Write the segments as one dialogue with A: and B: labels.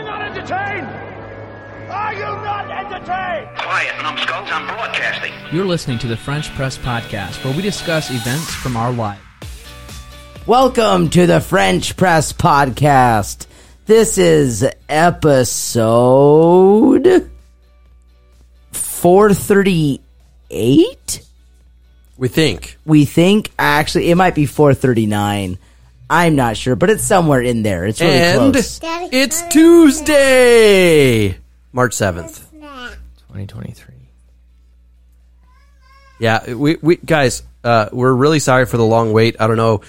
A: entertained? Are you not entertained?
B: Quiet, numbskulls, I'm broadcasting.
C: You're listening to the French Press Podcast, where we discuss events from our life.
D: Welcome to the French Press Podcast. This is episode 438,
E: We think.
D: we think. Actually, it might be 439. I'm not sure, but it's somewhere in there. It's really
E: and
D: close.
F: Daddy,
E: it's
F: Daddy.
E: Tuesday, March 7th.
C: 2023.
E: Yeah, we, we guys, uh, we're really sorry for the long wait. I don't know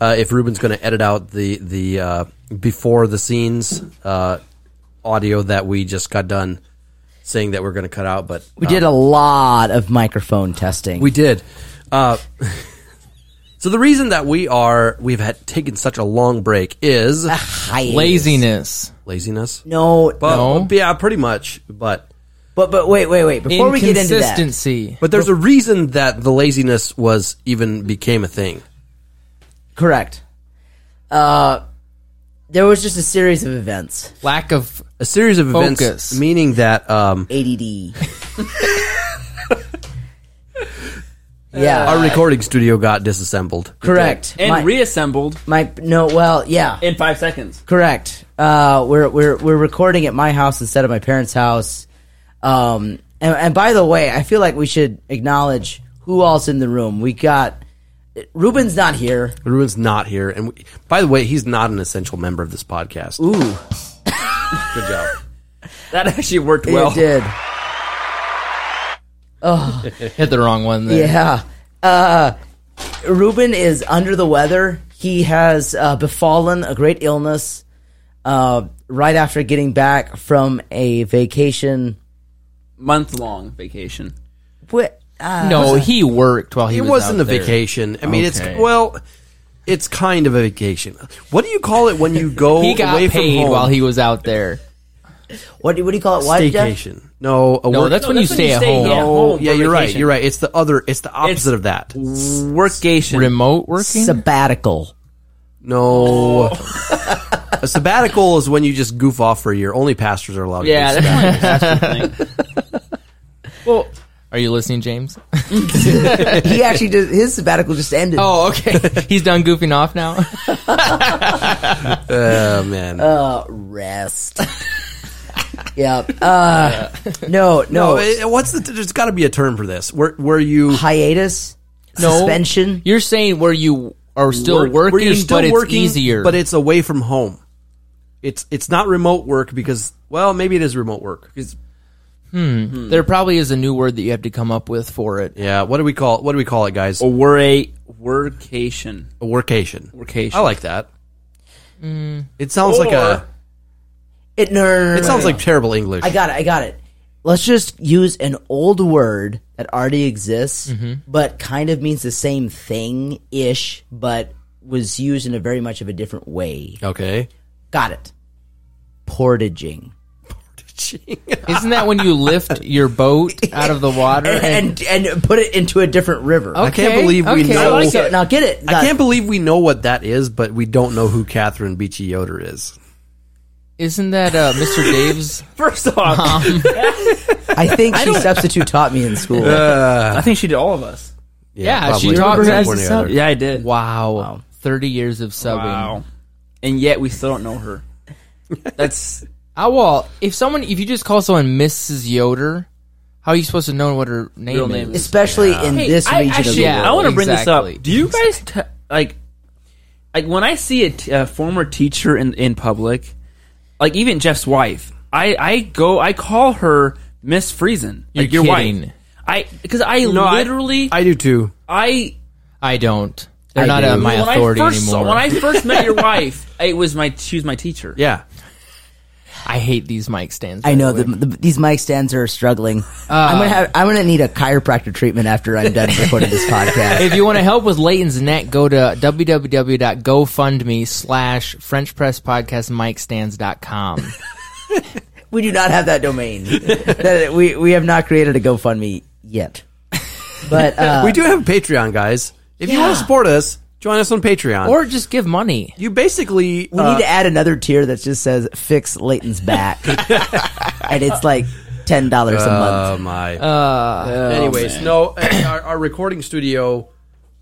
E: uh, if Ruben's going to edit out the the uh, before the scenes uh, audio that we just got done saying that we're going to cut out, but
D: We did a lot of microphone testing.
E: We did. Uh, so the reason that we are we've had taken such a long break is
D: Ah. Hi.
C: Laziness.
E: laziness.
D: No,
E: But,
C: No.
E: yeah, pretty much. But
D: but but wait, wait, wait. Before we get into that,
C: Inconsistency.
E: but there's a reason that the laziness was even became a thing.
D: correct. Uh, there was just a series of events.
C: Lack of.
E: A series of events,
C: Focus.
E: meaning that um,
D: ADD. yeah,
E: our recording studio got disassembled.
D: correct.
G: and
D: my,
G: reassembled
D: my no, well, yeah,
G: in five seconds.
D: correct. Uh, we're we're we're recording at my house instead of my parents' house. Um, and, and by the way, I feel like we should acknowledge who all's in the room. We got Ruben's not here.
E: Ruben's not here, and we, by the way, he's not an essential member of this podcast. Ooh, good job.
G: That actually worked well.
D: It did.
C: Hit the wrong one there.
D: Yeah. Uh, Ruben is under the weather. He has uh, befallen a great illness uh, right after getting back from a vacation.
G: Month long vacation.
D: What? Uh,
C: No, he worked while he
E: It
C: was out
E: wasn't a
C: there.
E: vacation. I mean,
C: Okay.
E: it's well, it's kind of a vacation. What do you call it when you go
C: He got
E: away
C: paid
E: from home?
C: while he was out there.
D: What do, what do you call it? What? Jeff?
E: staycation? No, a
C: No,
E: work-
C: that's when you
G: that's when
C: stay
G: you
C: at
G: stay
C: home.
G: at home.
E: Oh, yeah,
G: for
E: you're right.
G: vacation.
E: You're right. It's the other. It's the opposite of that.
G: Workation.
C: Remote working.
D: Sabbatical.
E: No, a sabbatical is when you just goof off for a year. Only pastors are allowed. to do
G: yeah,
E: that.
G: that's one of the best thing. Well,
C: Are you listening, James?
D: He actually just his sabbatical just ended.
C: oh, okay. He's done goofing off now.
E: oh man.
D: Rest. yep. Uh, no, no.
E: no, it, what's the? There's got to be a term for this. Where where you
D: hiatus.
C: No.
D: Suspension.
C: You're saying where you are still working,
E: where you're still
C: but
E: working,
C: it's easier.
E: but it's away from home. It's it's not remote work because well maybe it is remote work. 'Cause-
C: there probably is a new word that you have to come up with for it.
E: Yeah, what do we call what do we call it, guys?
G: a wor- a workation.
E: A workation.
G: Oh. Workation.
E: I like that. It sounds like a.
D: It, no, no, no, no,
E: It
D: no,
E: sounds
D: no.
E: like terrible English.
D: I got it. I got it. Let's just use an old word that already exists, but kind of means the same thing ish, but was used in a very much of a different way.
E: okay.
D: Got it. Portaging.
C: Isn't that when you lift your boat out of the water?
D: And, and put it into a different river.
E: I can't believe we
C: okay.
E: know.
C: I like
D: So, now get it.
E: I can't believe we know what that is, but we don't know who Catherine Beachy Yoder is.
C: Isn't that uh, Mr. Dave's?
G: First off,
D: I think she substitute taught me in school.
G: I think she did all of us.
C: Yeah,
E: probably.
C: she talks
E: One
C: as
E: or
C: a
E: the
C: sub-
E: other.
G: Yeah, I did.
C: Wow. 30 years of subbing.
G: Wow. And yet we still don't know her. That's
C: Ah, well, if someone, if you just call someone Mrs. Yoder, how are you supposed to know what her name
G: Real
C: is?
G: name is-
D: Especially in
G: Hey,
D: this
G: I,
D: region of the
G: actually,
C: Yeah,
D: world.
G: I want to bring this
C: exactly.
G: up. Do you guys t- like like when I see a, t- a former teacher in in public, like even Jeff's wife, I I go I call her Miss Friesen, like
C: You're
G: your
C: kidding.
G: wife. I because I literally I,
E: I do too.
C: I don't. They're
D: I
C: not uh,
D: do.
C: my
G: when I
C: authority
G: first
C: anymore.
G: when
C: I,
G: I first met your wife, it was my she was my teacher.
E: Yeah.
C: hate these mic stands. by
D: I know
C: the
D: the,
C: way.
D: the, these mic stands are struggling. I'm gonna have, I'm gonna need a chiropractor treatment after I'm done recording this podcast.
C: if you want to help with Leighton's net, go to www.gofundme slash French Press Podcast MikeStands.com.
D: We do not have that domain. That- we we have not created a GoFundMe yet. But uh,
E: we do have a Patreon, guys. If you want
D: Yeah.
E: to support us, Join us on Patreon.
C: Or just give money.
E: you basically uh,
D: We
C: uh,
D: need to add another tier that just says "fix Leighton's back," and it's like ten dollars
C: Uh,
D: a month.
E: Oh my. Anyways, no, uh, our, our recording studio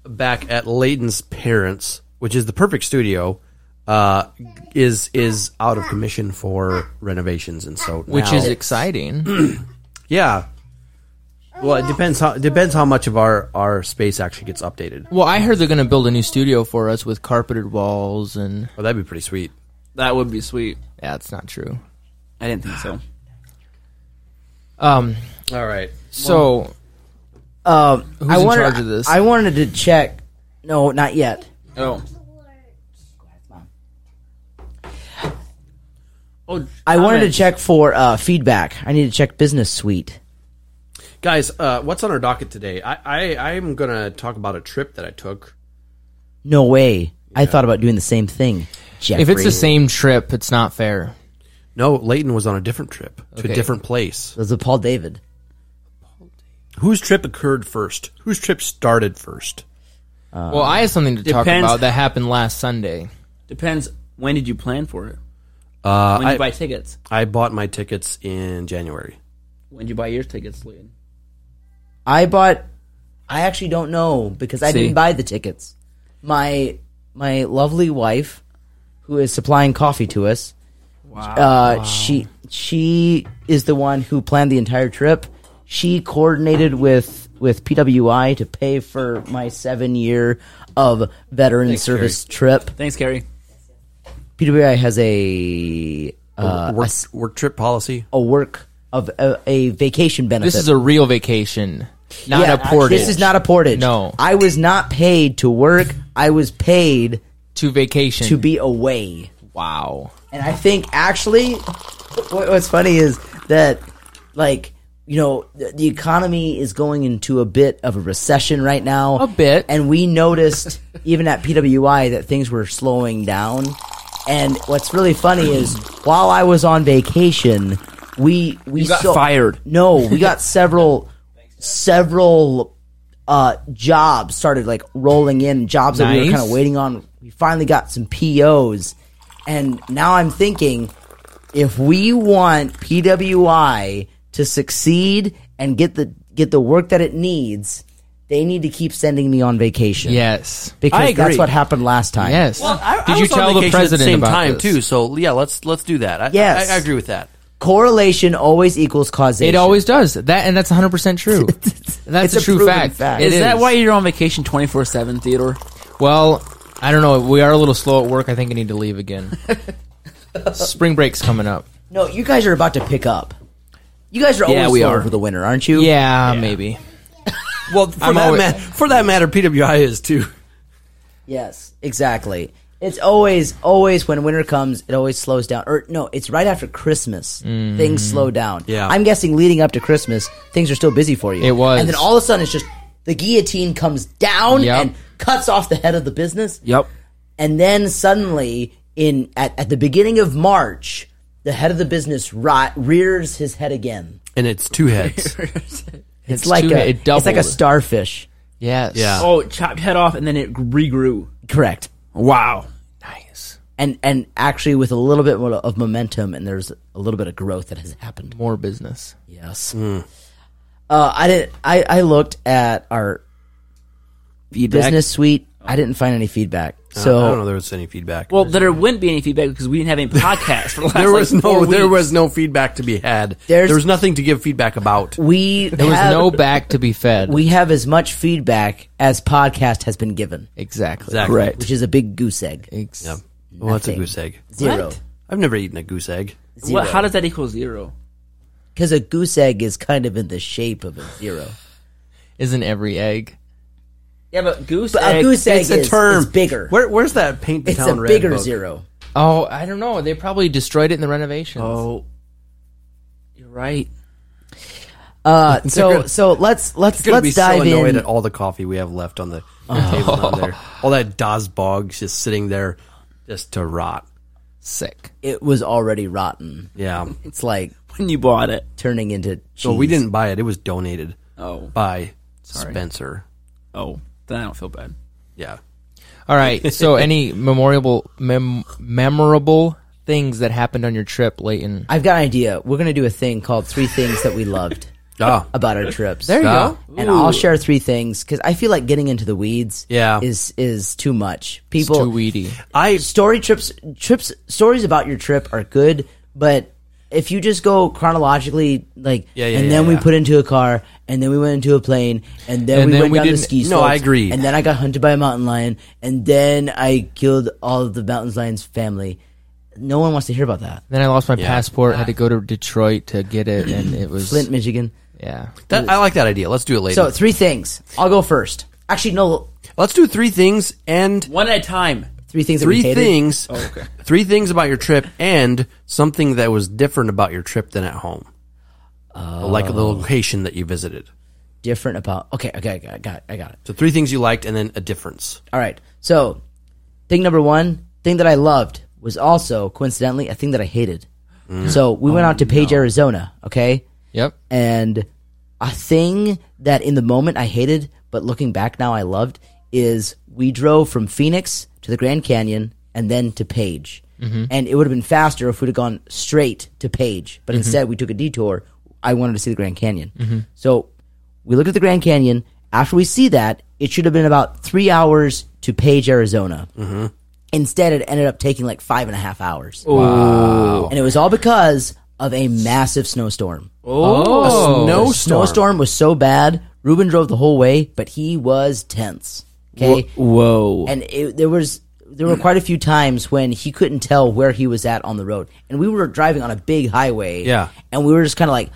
E: back at Layton's parents, which is the perfect studio, uh, is is out of commission for renovations, and so
C: Which
E: now-
C: is exciting.
E: yeah. Well, it depends how depends how much of our our space actually gets updated.
C: well, I heard they're going to build a new studio for us with carpeted walls, and
E: Well, that'd be pretty sweet.
G: That would be sweet.
C: that's not true.
G: I didn't think so.
C: Um,
E: All right.
C: so
D: Um, I
C: in
D: wanted,
C: charge of this?
D: I wanted to check. No, not yet.
G: Oh. Oh,
D: I wanted to
G: comments.
D: check for uh, feedback. I need to check Business Suite.
E: Guys, uh, what's on our docket today? I, I I'm gonna talk about a trip that I took.
D: No way. I thought about doing the same thing. Jeffrey.
C: if it's the same trip, it's not fair.
E: No, Layton was on a different trip to
C: Okay.
E: a different place.
D: It was with Paul David.
E: Whose trip occurred first? Whose trip started first?
C: well, I have something to talk
G: depends-
C: about that happened last Sunday.
G: Depends. When did you plan for it?
E: Uh,
G: When did
E: I-
G: you buy tickets?
E: I bought my tickets in January.
G: When did you buy your tickets, Leighton?
D: I bought. I actually don't know because I
G: See?
D: didn't buy the tickets. My my lovely wife, who is supplying coffee to us, uh, she she is the one who planned the entire trip. She coordinated with with PWI to pay for my seven year of veteran service trip.
G: Thanks, Carrie.
D: PWI has a uh,
E: work, work trip policy.
D: a work of a, a vacation benefit.
C: This is a real vacation, not
D: Yeah,
C: a portage.
D: This is not a portage.
C: No.
D: I was not paid to work. I was paid
C: to vacation.
D: to be away.
C: wow.
D: And I think actually, what, what's funny is that, like, you know, the, the economy is going into a bit of a recession right now.
C: A bit.
D: And we noticed, even at PWI, that things were slowing down. And what's really funny is, while I was on vacation, we we
G: You got
D: saw-
G: fired.
D: No, we got several several uh jobs started like rolling in jobs that we were
C: Nice.
D: kind of waiting on. We finally got some POs, and now I'm thinking if we want PWI to succeed and get the get the work that it needs, they need to keep sending me on vacation.
C: Yes.
D: because
E: I
D: that's
E: agree.
D: what happened last time.
C: Yes. Did you
E: was on
C: tell the
E: vacation
C: president
E: at the same
C: about
E: time
C: this?
E: too? So yeah, let's let's do that. I,
D: Yes.
E: I, I agree with that.
D: correlation always equals causation.
C: It always does that, and that's 100 percent true. That's
D: It's
C: a
D: a
C: true
D: proven
C: fact.
D: fact.
C: It
G: Is that why you're on vacation 24 7, Theodore?
C: Well, I don't know. We are a little slow at work. I think I need to leave again. Spring break's coming up.
D: no. You guys are about to pick up. You guys are always
G: we
D: slow
G: are.
D: for the winter, aren't you?
C: Yeah, maybe.
E: Well, for
C: I'm
E: that
C: always-
E: matter, for that matter, PWI is too.
D: Yes, exactly. It's always, always when winter comes, it always slows down. Or no, it's right after Christmas.
C: Mm-hmm.
D: Things slow down.
E: Yeah.
D: I'm guessing leading up to Christmas, things are still busy for you.
C: It was.
D: And then all of a sudden, it's just the guillotine comes down
C: Yep.
D: and cuts off the head of the business.
G: Yep.
D: And then suddenly, in at, at the beginning of March, the head of the business rot, rears his head again.
E: And it's two heads.
D: It's, like
C: too-
D: a,
C: it
D: it's like a
C: doubled.
D: starfish.
C: Yes.
E: Yeah.
G: Oh, it chopped head off and then it regrew.
D: Correct.
G: Wow.
C: Nice.
D: and and actually with a little bit more of momentum and there's a little bit of growth that has happened
C: More business.
D: yes
E: Hmm.
D: uh, i didn't I, I looked at our
G: Feedback.
D: business suite i didn't find any feedback so
E: Uh, I don't know if there was any feedback.
G: Well, there wouldn't be any feedback because we didn't have any podcasts for the last
E: there was
G: like,
E: no
G: four
E: there
G: weeks.
E: was no feedback to be had.
D: There's-
E: there was nothing to give feedback about.
D: we
C: There was
D: have,
C: no back to be fed.
D: we have as much feedback as podcast has been given
C: exactly.
E: Exactly.
G: Right.
D: which is a big goose egg
C: Ex-
E: Yeah. Well, that's a
D: Nothing.
E: goose egg.
D: zero
E: I've never eaten a goose egg.
G: What, how does that equal zero?
D: because a goose egg is kind of in the shape of a zero
C: Isn't every egg?
G: Yeah, but uh, goose
D: But a
G: egg.
D: goose egg
E: It's a
D: is,
E: term.
D: is bigger
E: Where, where's that paint the
D: it's a
E: town red
D: bigger
E: book?
D: zero
C: Oh, I don't know. They probably destroyed it in the renovations.
G: Oh, you're right.
D: uh, so
E: gonna-
D: so let's let's
E: gonna
D: let's
E: be
D: dive
E: so annoyed
D: in
E: at all the coffee we have left on the table down there. All that Dazbog just sitting there, just to rot.
C: Sick.
D: it was already rotten
E: Yeah.
D: It's like
G: When you bought it.
D: turning into cheese.
E: So we didn't buy it; it was donated
G: Oh.
E: by Spencer.
G: Oh. Then I don't feel bad.
E: Yeah.
C: All right. So, any memorable mem- memorable things that happened on your trip, Leighton?
D: I've got an idea. We're gonna do a thing called three things that we loved
E: Ah,
D: about our trips.
C: There you
E: Ah.
C: go.
D: and I'll share three things because I feel like getting into the weeds.
E: Yeah.
D: is is too much. People
C: Too weedy.
E: I
D: story trips trips stories about your trip are good, but if you just go chronologically, like
E: Yeah, yeah,
D: and
E: yeah,
D: then we
E: yeah.
D: put into a car, and then we went into a plane, and then
C: And
D: we
C: then
D: went
C: we
D: down the
C: didn't-
D: ski slopes,
E: no, I agree.
D: and then I got hunted by a mountain lion, and then I killed all of the mountain lion's family. No one wants to hear about that.
C: Then I lost my passport. Had to go to Detroit to get it, and it was
D: Flint, Michigan.
C: Yeah.
E: that, I like that idea. Let's do it later.
D: So three things. I'll go first. Actually, no,
E: Let's do three things and
G: One at a time.
D: three things. that we
E: three
D: hated.
E: things. Three things about your trip and something that was different about your trip than at home. Like the location that you visited.
D: different about. Okay, okay, I got, I got, it, I got it.
E: So three things you liked and then a difference.
D: All right. So, thing number one, thing that I loved was also coincidentally a thing that I hated. So we went out to Page, Arizona. Okay,
C: Yep.
D: and a thing that in the moment I hated, but looking back now I loved is we drove from Phoenix to the Grand Canyon and then to Page. And it would have been faster if we'd have gone straight to Page, but instead we took a detour. I wanted to see the Grand Canyon. So we looked at the Grand Canyon. After we see that, it should have been about three hours to Page, Arizona. Instead, it ended up taking like five and a half hours. And it was all because of a massive snowstorm.
E: Oh,
D: The snowstorm was so bad. Ruben drove the whole way, but he was tense. Okay,
G: Whoa.
D: and it, there was there were quite a few times when he couldn't tell where he was at on the road, and we were driving on a big highway.
E: Yeah.
D: and we were just kind of like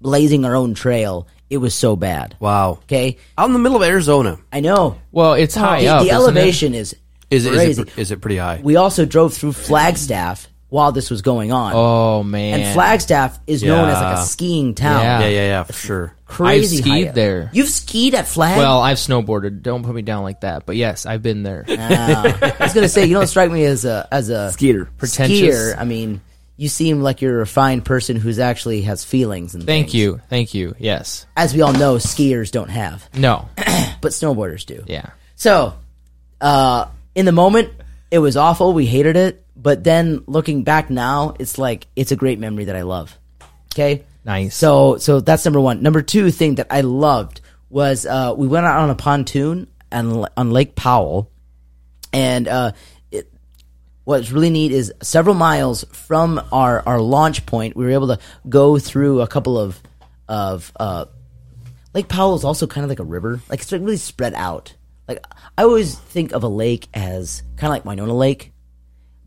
D: blazing our own trail. It was so bad.
E: Wow.
D: Okay,
E: Out in the middle of Arizona.
D: I know.
C: Well, it's high
D: the,
C: up.
D: the
C: isn't it?
D: elevation is
E: Is it, is
D: crazy.
E: it, is it pretty high?
D: we also drove through Flagstaff while this was going on,
C: Oh man.
D: and Flagstaff is known as like
E: Yeah.
D: a skiing town.
C: Yeah.
E: yeah, yeah, yeah, for sure.
D: Crazy
C: I've
D: high
C: skied
D: up.
C: there.
D: You've skied at Flag.
C: Well, I've snowboarded. Don't put me down like that. But yes, I've been there.
D: I was gonna say you don't strike me as a as a
G: Skeeter.
C: Pretentious.
D: skier. I mean, you seem like you're a refined person who's actually has feelings. And
C: Thank
D: things.
C: you. Thank you. Yes.
D: As we all know, skiers don't have,
C: No.
D: but snowboarders do.
C: Yeah.
D: So, uh, in the moment, it was awful. We hated it, but then looking back now, it's like it's a great memory that I love. Okay,
C: Nice.
D: So, so that's number one. Number two thing that I loved was uh, we went out on a pontoon and on Lake Powell, and uh, it, what's really neat is several miles from our our launch point, we were able to go through a couple of of uh, Lake Powell is also kind of like a river. Like it's like really spread out. Like I always think of a lake as kind of like Winona Lake.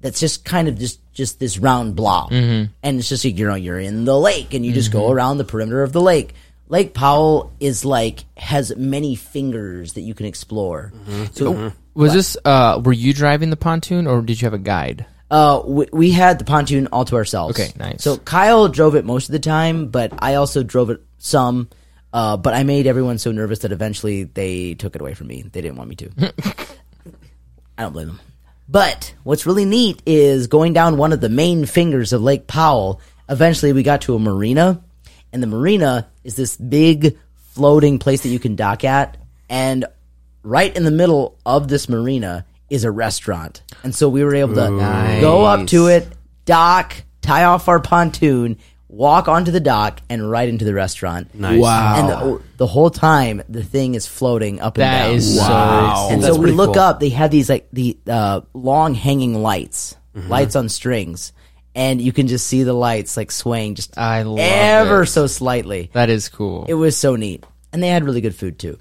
D: That's just kind of just just this round blob, and it's just like, you know you're in the lake, and you just go around the perimeter of the lake. Lake Powell is like has many fingers that you can explore. So
C: Was this? Uh, were you driving the pontoon, or did you have a guide?
D: Uh, we, we had the pontoon all to ourselves.
C: Okay, nice.
D: So Kyle drove it most of the time, but I also drove it some. Uh, but I made everyone so nervous that eventually they took it away from me. They didn't want me to. I don't blame them. But what's really neat is going down one of the main fingers of Lake Powell. Eventually, we got to a marina, and the marina is this big floating place that you can dock at. And right in the middle of this marina is a restaurant. And so we were able to go up to it, dock, tie off our pontoon, walk onto the dock, and right into the restaurant.
E: Nice. Wow.
D: And the, the whole time, the thing is floating up and
C: That
D: down.
C: is so.
D: And
E: That's
D: so we
E: pretty
D: look
E: cool.
D: up. They had these like the uh, long hanging lights,
E: Mm-hmm.
D: lights on strings, and you can just see the lights like swaying just
C: I love
D: ever
C: it.
D: so slightly.
C: That is cool.
D: It was so neat, and they had really good food too.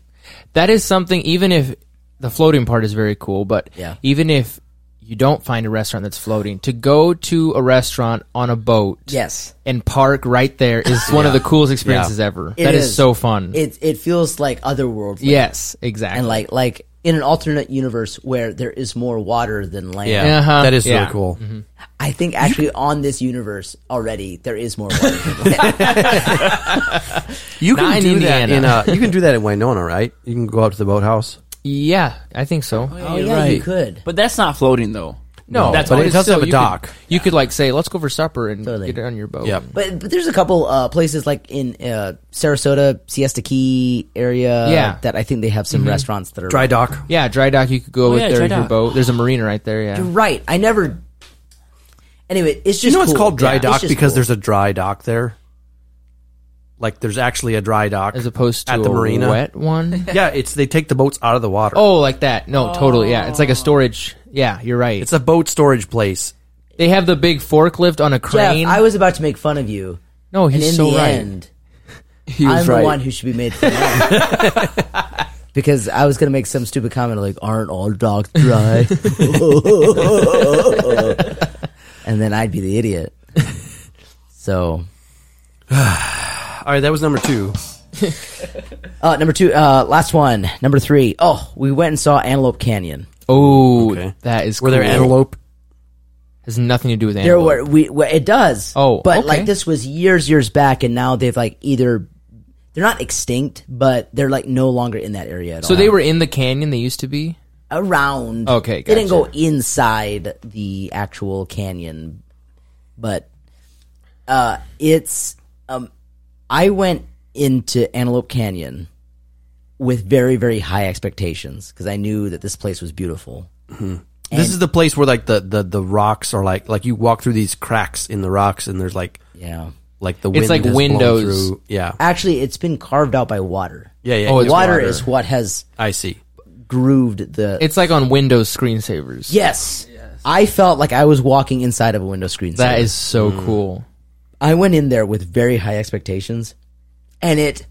C: that is something. Even if the floating part is very cool, but
D: Yeah.
C: even if you don't find a restaurant that's floating, to go to a restaurant on a boat,
D: Yes.
C: and park right there is one of the coolest experiences ever. that is.
D: is.
C: so
E: Mm-hmm.
C: fun.
D: It it feels like otherworldly,
C: yes, exactly.
D: and like like in an alternate universe where there is more water than land.
E: Yeah,
C: Uh-huh.
E: that is
C: Yeah.
E: really cool.
D: I think actually on this universe already there is more water. than land.
E: You can
C: Not in
E: do that in
C: Indiana.
E: uh, you can do that in Winona, right? You can go up to the boathouse.
C: yeah, I think so.
D: oh yeah, you
E: right.
D: could.
G: But that's not floating though.
C: No,
E: No,
C: that's
E: but
C: all.
E: it
C: It's
E: does
C: still-
E: have a
C: you
E: dock.
C: Could, you could like say, "Let's go for supper and
D: Totally.
C: get on your boat."
E: Yep.
D: But, but there's a couple uh, places like in uh, Sarasota, Siesta Key area
C: Yeah.
D: that I think they have some restaurants that are
E: Mm-hmm. Dry dock.
C: Yeah, dry dock. You
D: Oh,
C: could go with
G: yeah,
C: there
G: dry
C: with your
G: dock.
C: boat. There's a marina right there. Yeah.
D: Right. I never. Anyway, it's just
E: You know it's
D: cool.
E: called dry
D: Yeah, it's
E: dock
D: just
E: because
D: cool.
E: there's a dry dock there. Like there's actually a dry dock
C: As opposed to
E: at the
C: a
E: marina.
C: wet one.
E: Yeah, it's they take the boats out of the water.
C: oh, like that. No, totally. Yeah, it's like
D: Oh.
C: a storage. Yeah, you're right.
E: It's a boat storage place.
C: they have the big forklift on a
D: Jeff,
C: crane.
D: I was about to make fun of you,
C: no,
D: and in
C: he's so
D: the
C: right.
D: end,
G: He
D: I'm the one who should be made fun of. because I was going to make some stupid comment like, "Aren't all dogs dry?" and then I'd be the idiot. So,
E: All right, that was number two.
D: uh, number two, uh, last one, number three. Oh, we went and saw Antelope Canyon.
C: Oh,
E: Okay.
C: that is.
E: Were there
C: cool.
E: antelope?
C: Has nothing to do with
D: There
C: antelope.
D: were we well, it does.
C: Oh,
D: but
C: okay.
D: like this was years years back, and now they've like either they're not extinct, but they're like no longer in that area at all.
C: so they were in the canyon. They used to be.
D: around.
C: Okay,
D: they didn't go
C: gotcha.
D: inside the actual canyon, but uh, it's um, I went into Antelope Canyon with very very high expectations because I knew that this place was beautiful.
E: This is the place where like the, the, the rocks are like like you walk through these cracks in the rocks and there's like
D: Yeah,
E: like the wind
C: like
E: has blown
C: windows.
E: through. Yeah.
D: actually, it's been carved out by water.
E: Yeah, yeah.
C: Oh, it's
D: Ah. water,
C: water.
D: is what has
E: I see.
D: grooved the
C: It's like on Windows screensavers.
D: yes. I felt like I was walking inside of a window screen.
C: That is so
E: Hmm.
C: cool.
D: I went in there with very high expectations, and it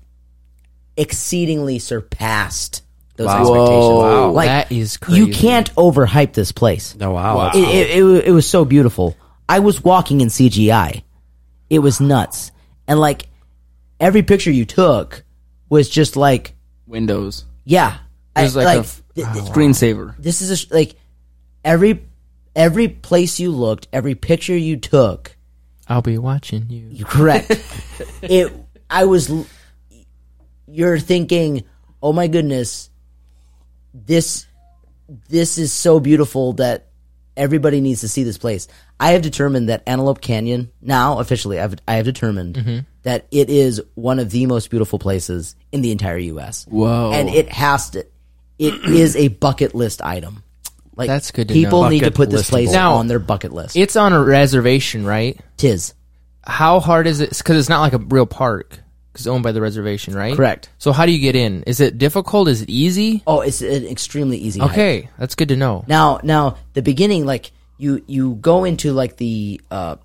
D: exceedingly surpassed those expectations.
E: Wow.
D: Like
C: that is crazy.
D: you can't overhype this place.
E: Oh wow.
D: It, it, it, wa- it was so beautiful. I was walking in CGI. It was nuts, and like every picture you took was just like
G: Windows
D: yeah, I-
G: was like a f-
D: th- th-
G: screensaver.
D: this is a, sh- like every every place you looked, every picture you took.
C: I'll be watching you.
D: You're correct. it. I was. l- You're thinking, oh my goodness, this this is so beautiful that everybody needs to see this place. I have determined that Antelope Canyon now officially. I've I have determined
C: Mm-hmm.
D: that it is one of the most beautiful places in the entire U.S.
G: Whoa.
D: And it has to. It is a bucket list item. Like
C: That's good to know.
D: people need to
E: Bucket
D: put this place
E: listable.
C: Now-
D: on their bucket list.
C: It's on a reservation, right?
D: Tis
C: How hard is it? Because it's not like a real park. 'cause It's owned by the reservation, right?
D: Correct.
C: So how do you get in? Is it difficult? Is it easy?
D: oh, it's an extremely easy. hike.
C: Okay, that's good to know.
D: Now, now the beginning, like you you go into like the uh,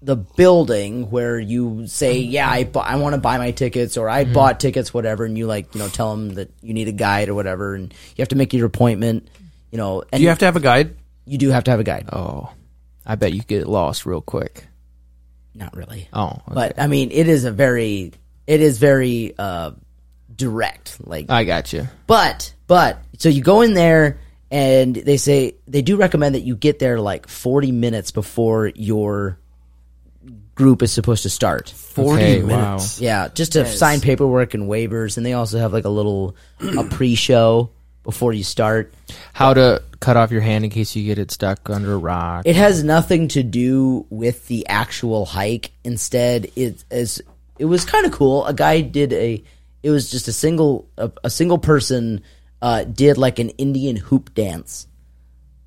D: the building where you say, yeah, I bu- I want to buy my tickets or
E: Mm-hmm.
D: I bought tickets, whatever, and you like you know tell them that you need a guide or whatever, and you have to make your appointment, you know, and
E: Do you have to have a guide?
D: you do have to have a guide.
C: Oh, I bet you get lost real quick.
D: Not really,
C: Oh, okay.
D: but I mean, it is a very it is very uh, direct, like
C: I got you.
D: But but so you go in there and they say they do recommend that you get there like 40 minutes before your group is supposed to start.
E: Forty
C: Okay,
E: minutes.
D: Yeah, just to sign paperwork and waivers and they also have like a little a pre-show before you start.
C: How to cut off your hand in case you get it stuck under a rock?
D: It has nothing to do with the actual hike. Instead, it is it was kind of cool. A guy did a it was just a single a, a single person uh, did like an Indian hoop dance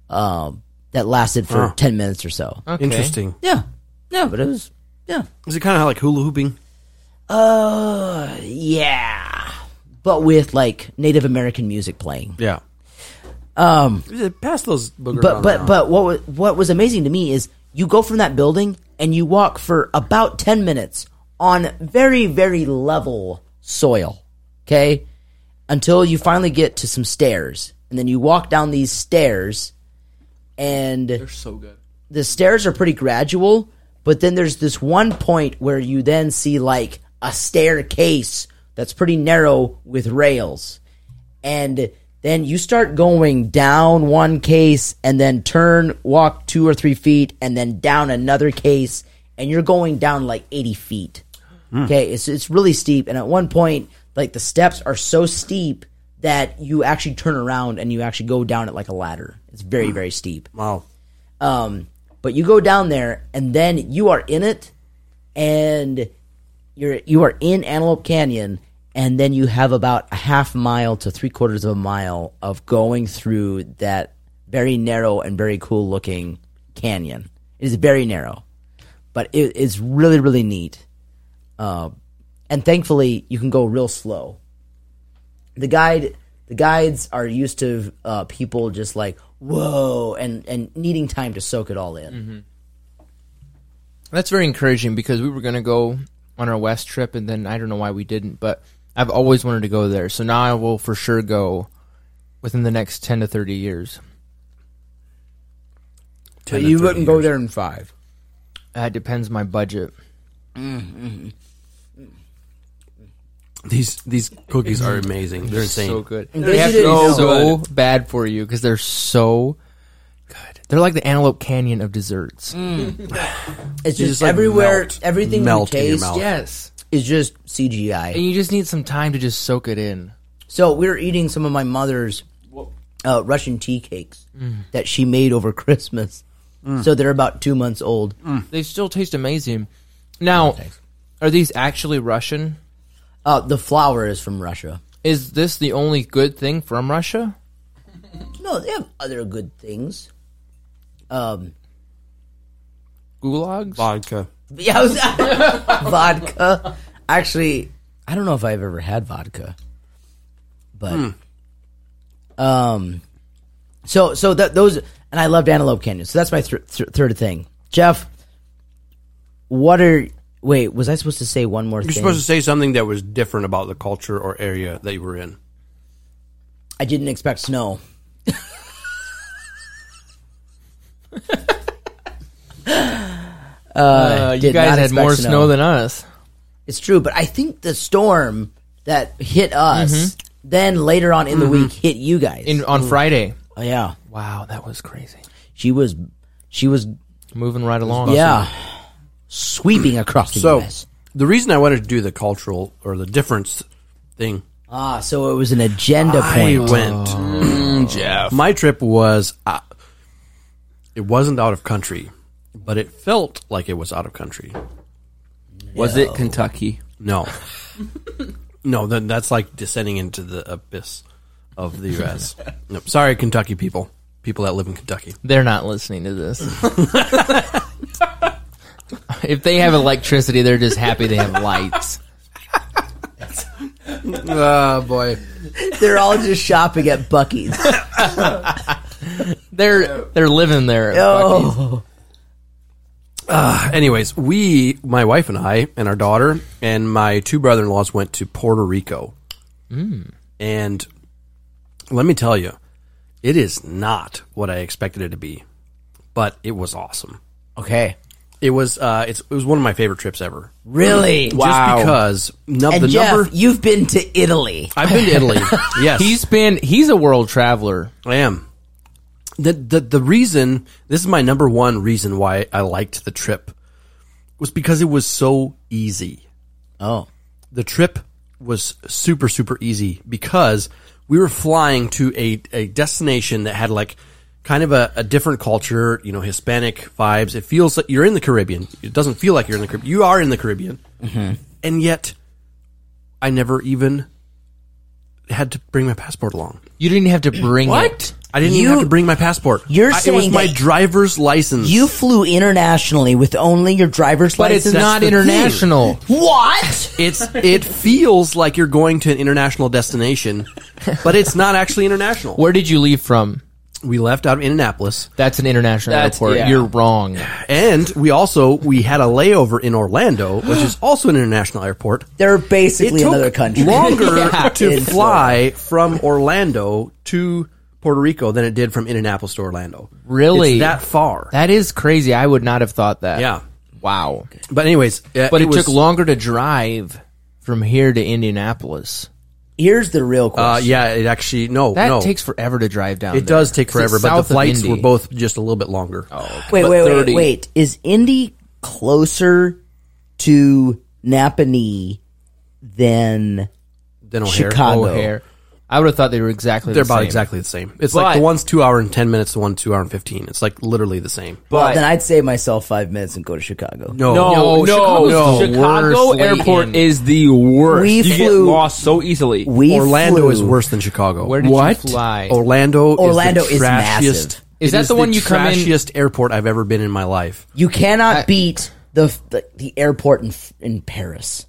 D: um, that lasted for ten minutes or so.
C: Okay.
E: Interesting.
D: Yeah, yeah, but it was yeah,
E: Is it kind of like hula hooping?
D: uh, yeah, but with like Native American music playing.
E: Yeah. Um, pass those. Booger
D: But but but what was, what was amazing to me is you go from that building and you walk for about 10 minutes on very very level soil, okay? Until you finally get to some stairs. And then you walk down these stairs and
G: So good.
D: the stairs are pretty gradual, but then there's this one point where you then see like a staircase that's pretty narrow with rails. And then you start going down one case and then turn, walk two or three feet, and then down another case, and you're going down like 80 feet. Okay, it's, it's really steep. And at one point, like the steps are so steep that you actually turn around and you actually go down it like a ladder. It's very, very steep.
E: wow.
D: Um, but you go down there and then you are in it, and you're you are in Antelope Canyon, and then you have about a half mile to three quarters of a mile of going through that very narrow and very cool looking canyon. It is very narrow, but it, it's really really neat. Uh, and thankfully, you can go real slow the guide the guides are used to uh, people just like whoa and and needing time to soak it all in
E: Mm-hmm.
C: That's very encouraging because we were going to go on our West trip, and then I don't know why we didn't, but I've always wanted to go there. So now I will for sure go within the next 10 to 30 years.
D: but you wouldn't go there in five
C: Uh, It depends my budget.
E: These these cookies are amazing. They're insane.
C: So good.
D: case
C: They
D: you
C: have to
D: didn't
C: be
D: know-
C: so bad for you because they're so good. They're like the Antelope Canyon of desserts.
D: it's
E: You
D: just,
E: just, like,
D: everywhere
E: melt-
D: everything
E: melt
D: you
E: in your
D: taste
E: mouth.
C: Yes.
D: is just
C: And
D: cgi
C: you just need some time to just soak it in.
D: so we were eating some of my mother's uh, russian tea cakes that she made over christmas so they're about two months old
C: They still taste amazing. Now, are these actually Russian?
D: uh, the flour is from russia
C: Is this the only good thing from Russia?
D: no they have other good things um
C: Gulags?
E: Vodka.
D: Yeah, I was, vodka. Actually, I don't know if I've ever had vodka, but
E: Hmm.
D: um, so so that those and I loved Antelope Canyon. So that's my th- th- third thing, Jeff. What are wait? Was I supposed to say one more
E: You're
D: thing?
E: supposed to say something that was different about the culture or area that you were in.
D: I didn't expect snow.
C: Uh, you
D: did
C: guys
D: not
C: had
D: expect
C: more
D: snow.
C: snow than us.
D: It's true, but I think the storm that hit us then later on in the week hit you guys.
C: in on Friday.
D: oh yeah,
C: Wow, that was crazy.
D: she was she was
C: Moving right along.
D: Yeah. Sweeping across the
E: So
D: U.S.
E: the reason I wanted to do the cultural or the difference thing,
D: Ah, so it was an agenda
E: I
D: point.
E: went.
G: Jeff.
E: My trip was. Uh, it wasn't out of country, but it felt like it was out of country.
G: Was it Kentucky?
E: No, no, then that's like descending into the abyss of the U.S. no, sorry, Kentucky people, people that live in Kentucky.
C: They're not listening to this. if they have electricity, they're just happy they have lights.
E: Oh boy,
D: They're all just shopping at Bucky's.
C: They're they're living there.
D: oh,
E: Anyways, we, my wife and I, and our daughter, and my two brother in laws went to Puerto Rico. And let me tell you, it is not what I expected it to be, but it was awesome.
D: okay.
E: It was, uh, it's, it was one of my favorite trips ever.
D: Really?
E: Just because num-
D: And
E: the
D: Jeff,
E: number.
D: you've been to Italy.
E: I've been to Italy. yes.
C: He's been he's a world traveler.
E: I am. The, the the reason this is my number one reason why I liked the trip was because it was so easy.
D: Oh,
E: the trip was super super easy because we were flying to a, a destination that had like kind of a, a different culture you know hispanic vibes it feels like you're in the caribbean it doesn't feel like you're in the caribbean you are in the caribbean and yet i never even had to bring my passport along
C: You didn't have to bring it.
E: i didn't even have to bring my passport
D: You're
E: I- it was
D: saying
E: my
D: that
E: driver's license
D: you flew internationally with only your driver's
C: But it's
D: license.
C: not
E: the thing.
C: international.
D: What?
E: it's it feels like you're going to an international destination but it's not actually international
C: Where did you leave from?
E: we left out of Indianapolis,
C: That's an international
G: That's-
C: airport.
G: yeah.
C: You're wrong.
E: and we also we had a layover in Orlando, which is also an international airport.
D: They're
E: It
D: basically
E: took
D: another country.
E: longer to
D: in
E: fly from Orlando to Puerto Rico than it did from Indianapolis to Orlando.
C: Really?
E: It's that far?
C: That is crazy. I would not have thought that.
E: yeah.
C: Wow.
E: But anyways,
C: But it,
E: was,
C: took longer to drive from here to Indianapolis.
D: Here's the real
E: Uh,
D: question.
E: yeah, it actually no
C: That
E: no.
C: takes forever to drive down.
E: it does take forever, but the flights were
C: both.
E: both just a little bit longer. Oh,
D: wait, wait, wait,
C: 30.
D: wait. Is Indy closer to Napanee than
E: then O'Hare.
D: Chicago?
C: O'Hare. I would have thought they were exactly
E: They're
C: the
E: about
C: same.
E: exactly the same. It's like the
G: But-
E: one's two hour and ten minutes, the one two hour and fifteen. It's like literally the same.
D: Well, then I'd save myself five minutes and go to Chicago.
C: No,
G: No, no,
C: Chicago's the
G: Chicago
C: worst, Leighton.
G: airport is the worst.
D: We
G: you get
D: flew-
G: lost so easily.
D: we
E: Orlando
D: flew-
E: is worse than Chicago.
C: Where did
G: What?
C: you fly?
E: Oh, Orlando,
D: Orlando
E: is the
D: is
E: trashiest.
D: massive.
C: Is
E: it
C: that the one you come in-
E: Trashiest airport I've ever been in my life.
D: You cannot
C: I-
D: beat the, the the airport in in Paris.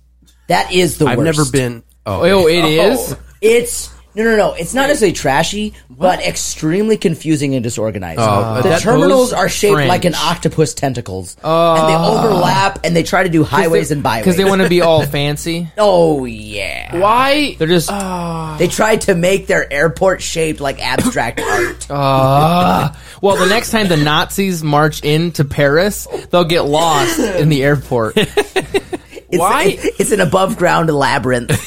D: That is the
E: I've
D: worst.
E: never been. Oh,
C: oh, it is.
D: It's no, no, no. It's not necessarily trashy, but extremely confusing and disorganized.
E: uh,
D: the
E: that-
D: terminals
C: those
D: are shaped
C: French.
D: like an octopus tentacles, and they overlap, and they try to do highways and byways.
C: because they want to be all fancy.
D: oh yeah,
C: Why they're
E: Oh.
C: just
D: they tried to make their airport shaped like abstract art.
C: Ah. well? The next time the Nazis march into Paris, they'll get lost in the airport.
D: It's,
G: Why?
D: It's, it's an above ground labyrinth.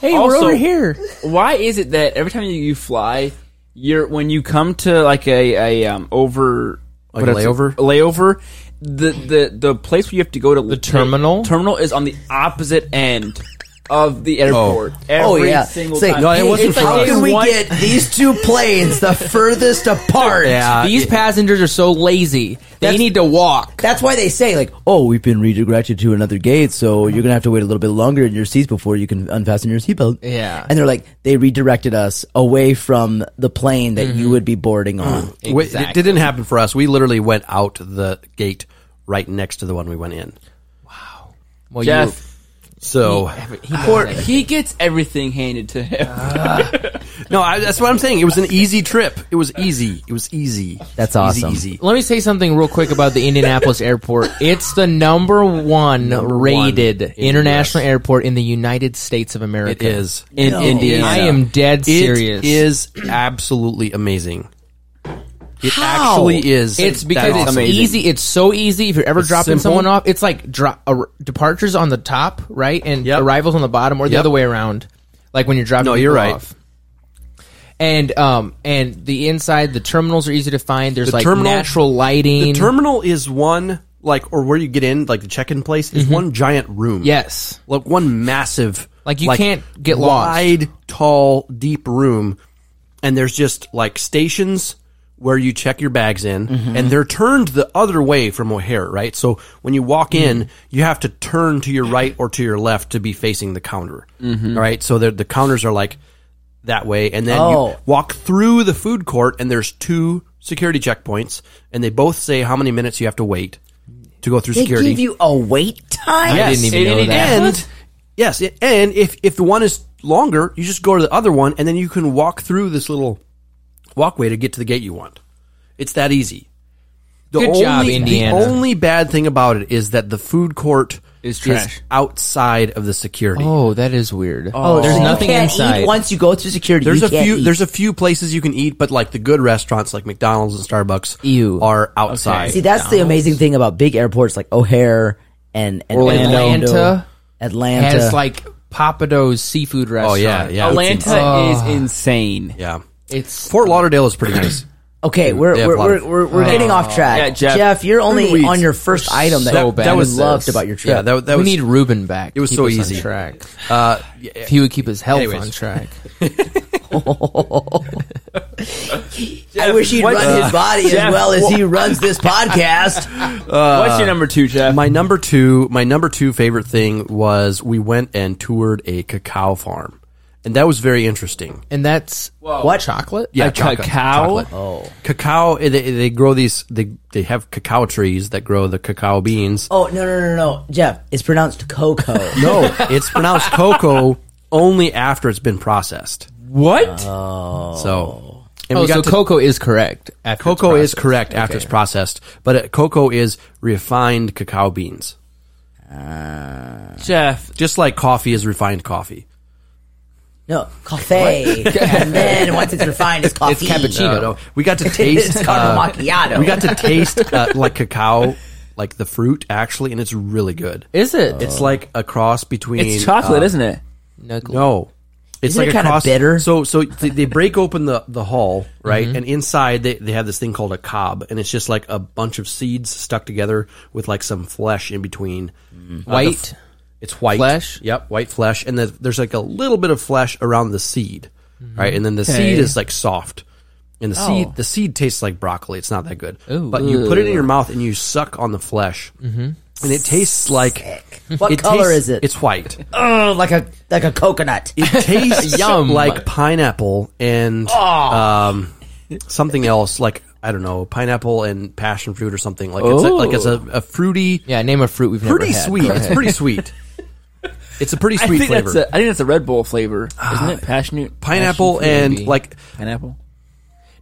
C: Hey,
G: Also-
C: here.
G: Why is it that every time you, you fly, you're when you come to like a, a um over
E: Like a
G: what is it?
E: layover?
G: layover, the the the place where you have to go to the
C: terminal?
G: terminal is on the opposite end of the airport. Every
D: oh yeah,
G: single
D: It's like,
G: time.
E: No, it wasn't
D: it's
E: for
D: like,
E: us.
D: How can we
G: One-
D: get these two planes the furthest apart?
E: Yeah.
C: These passengers are so lazy. They
D: That's-
C: need to walk.
D: That's why they say like, "Oh, we've been redirected to another gate,
C: Uh-huh.
D: so you're gonna have to wait a little bit longer in your seats before you can unfasten your seatbelt."
C: Yeah.
D: and they're like, they redirected us away from the plane that
C: Mm-hmm.
D: you would be boarding
C: Uh-huh.
D: on.
E: Wait,
C: Exactly.
E: It didn't happen for us. We literally went out the gate right next to the one we went in.
C: Well,
G: Jeff,
E: So
C: you, he
G: poor, he gets everything handed to him.
E: no, I, that's what I'm saying. It was an easy trip. It was easy. It was easy.
D: That's
E: Easy,
D: awesome.
E: Easy.
C: Let me say something real quick about the Indianapolis airport. It's the number one rated
E: one in
C: international
E: the US.
C: airport in the United States of
E: It
C: America.
E: is.
G: in
D: No.
G: Indiana.
C: I am dead serious.
E: It is absolutely amazing. It
C: How?
E: actually is.
C: It's
E: that
C: because it's
E: awesome.
C: easy. It's so easy. If you're ever dropping
E: simple.
C: someone off, it's like dro- ar- departures on the top, right, and
E: Yep.
C: arrivals on the bottom, or the
E: Yep.
C: other way around. Like when you're dropping.
E: No, you're
C: people
E: right.
C: Off. And um and the inside, the terminals are easy to find. There's
E: The
C: like
E: terminal-
C: natural lighting.
E: The terminal is one like or where you get in, like the check-in place,
C: Mm-hmm.
E: is one giant room.
C: yes.
E: like one massive,
C: Like, you can't get lost.
E: wide, tall, deep room, and there's just like stations where you check your bags in,
C: Mm-hmm.
E: and they're turned the other way from O'Hare, right? So when you walk
C: Mm-hmm.
E: in, you have to turn to your right or to your left to be facing the counter,
C: Mm-hmm.
E: All right? So the the counters are like that way, and then
D: Oh.
E: you walk through the food court, and there's two security checkpoints, and they both say how many minutes you have to wait to go through
D: They
E: security.
D: give you a wait time.
C: I didn't even
G: in
C: know that.
G: Indiana.
E: And yes, it, and if if the one is longer, you just go to the other one, and then you can walk through this little walkway to get to the gate you want. It's that easy. The
C: Good job, Indiana.
E: The only bad thing about it is that the food court
G: Is trash.
E: outside of the security.
C: Oh, that is weird.
D: Oh,
C: there's
D: so you
C: nothing
D: can't
C: inside.
D: Eat once you go through security,
E: There's
D: you
E: a
D: can't
E: few.
D: eat.
E: There's a few places you can eat, but like the good restaurants, like McDonald's and Starbucks,
C: Ew.
E: are outside.
D: See, that's the amazing thing about big airports like O'Hare and, and
C: Orlando.
D: Orlando,
C: Atlanta
D: Atlanta.
C: has like Papado's seafood restaurant.
E: oh yeah, yeah.
G: Atlanta is insane.
E: yeah.
C: It's
E: Fort Lauderdale is pretty nice.
D: Okay, we're
E: they have
D: we're,
E: a lot
D: we're,
E: of-
D: we're, we're getting off track.
G: Yeah, Jeff.
D: you're only
E: Weeds
D: on your first item that,
C: so
D: you
C: bad. That was
D: loved
E: this.
D: about your trip.
E: yeah, that, that
C: Oh, we
E: was
C: need Ruben back.
E: It was
C: Keep
E: so
C: us on
E: easy.
C: track.
E: Uh,
C: If he would keep his health
E: Anyways.
C: on track.
D: I wish he'd
G: what-
D: run his body as
G: Jeff,
D: well as he runs this podcast.
G: What's your number two, Jeff?
E: Uh, my number two my number two favorite thing was we went and toured a cacao farm and that was very interesting
C: And that's
D: What?
C: chocolate?
E: yeah
G: A cacao?
E: oh cacao eh, they, they grow these they, they have cacao trees that grow the cacao beans
D: Oh no no no no, Jeff! It's pronounced cocoa.
E: no it's pronounced cocoa only after it's been processed
G: what?
E: Oh. so and
C: Oh,
E: we got
C: so
E: to-
C: cocoa is correct. after it's
E: cocoa is
C: processed.
E: correct after it's processed but uh, cocoa is refined cacao beans Ah.
G: Jeff,
E: just like coffee is refined coffee
D: No, coffee, and then once it's refined, it's coffee.
C: It's cappuccino.
E: No, no. We got to taste. uh,
D: It's called a macchiato.
E: We got to taste uh, like cacao, like the fruit actually, and it's really good.
C: Is it?
E: It's like a cross between.
G: it's chocolate,
E: uh,
G: isn't it?
C: Knuckle.
E: No. It's
D: Isn't it
E: like a
D: kinda
E: cross,
D: bitter?
E: So, so th- they break open the, the hull, right? And inside they, they have this thing called a cob, and it's just like a bunch of seeds stuck together with like some flesh in between. Uh, the
C: White?
E: It's white
C: Flesh?
E: Yep, white flesh, and then there's like a little bit of flesh around the seed, right? And then the seed is like soft, and the seed the seed tastes like broccoli. It's not that good,
C: Oh. Ooh. Mm-hmm.
E: but you put it in your mouth and you suck on the flesh, and it tastes like
D: What
E: it
D: color
E: tastes-
D: is it?
E: It's white.
D: oh, like a like a coconut.
E: It tastes
C: Yum. Ah.
E: like pineapple and um, something else, like I don't know, pineapple and passion fruit or something. Like it's a, like it's a, a fruity,
C: Yeah, name a fruit we've never
E: pretty
C: had.
E: sweet.
C: Go
E: It's
C: ahead.
E: pretty sweet. It's a pretty
G: I
E: sweet
G: think
E: flavor.
G: that's a, I think that's a Red Bull flavor, isn't it? Passionate
E: Ah, pineapple
C: Passion fruit,
E: and
C: maybe.
E: like
G: pineapple.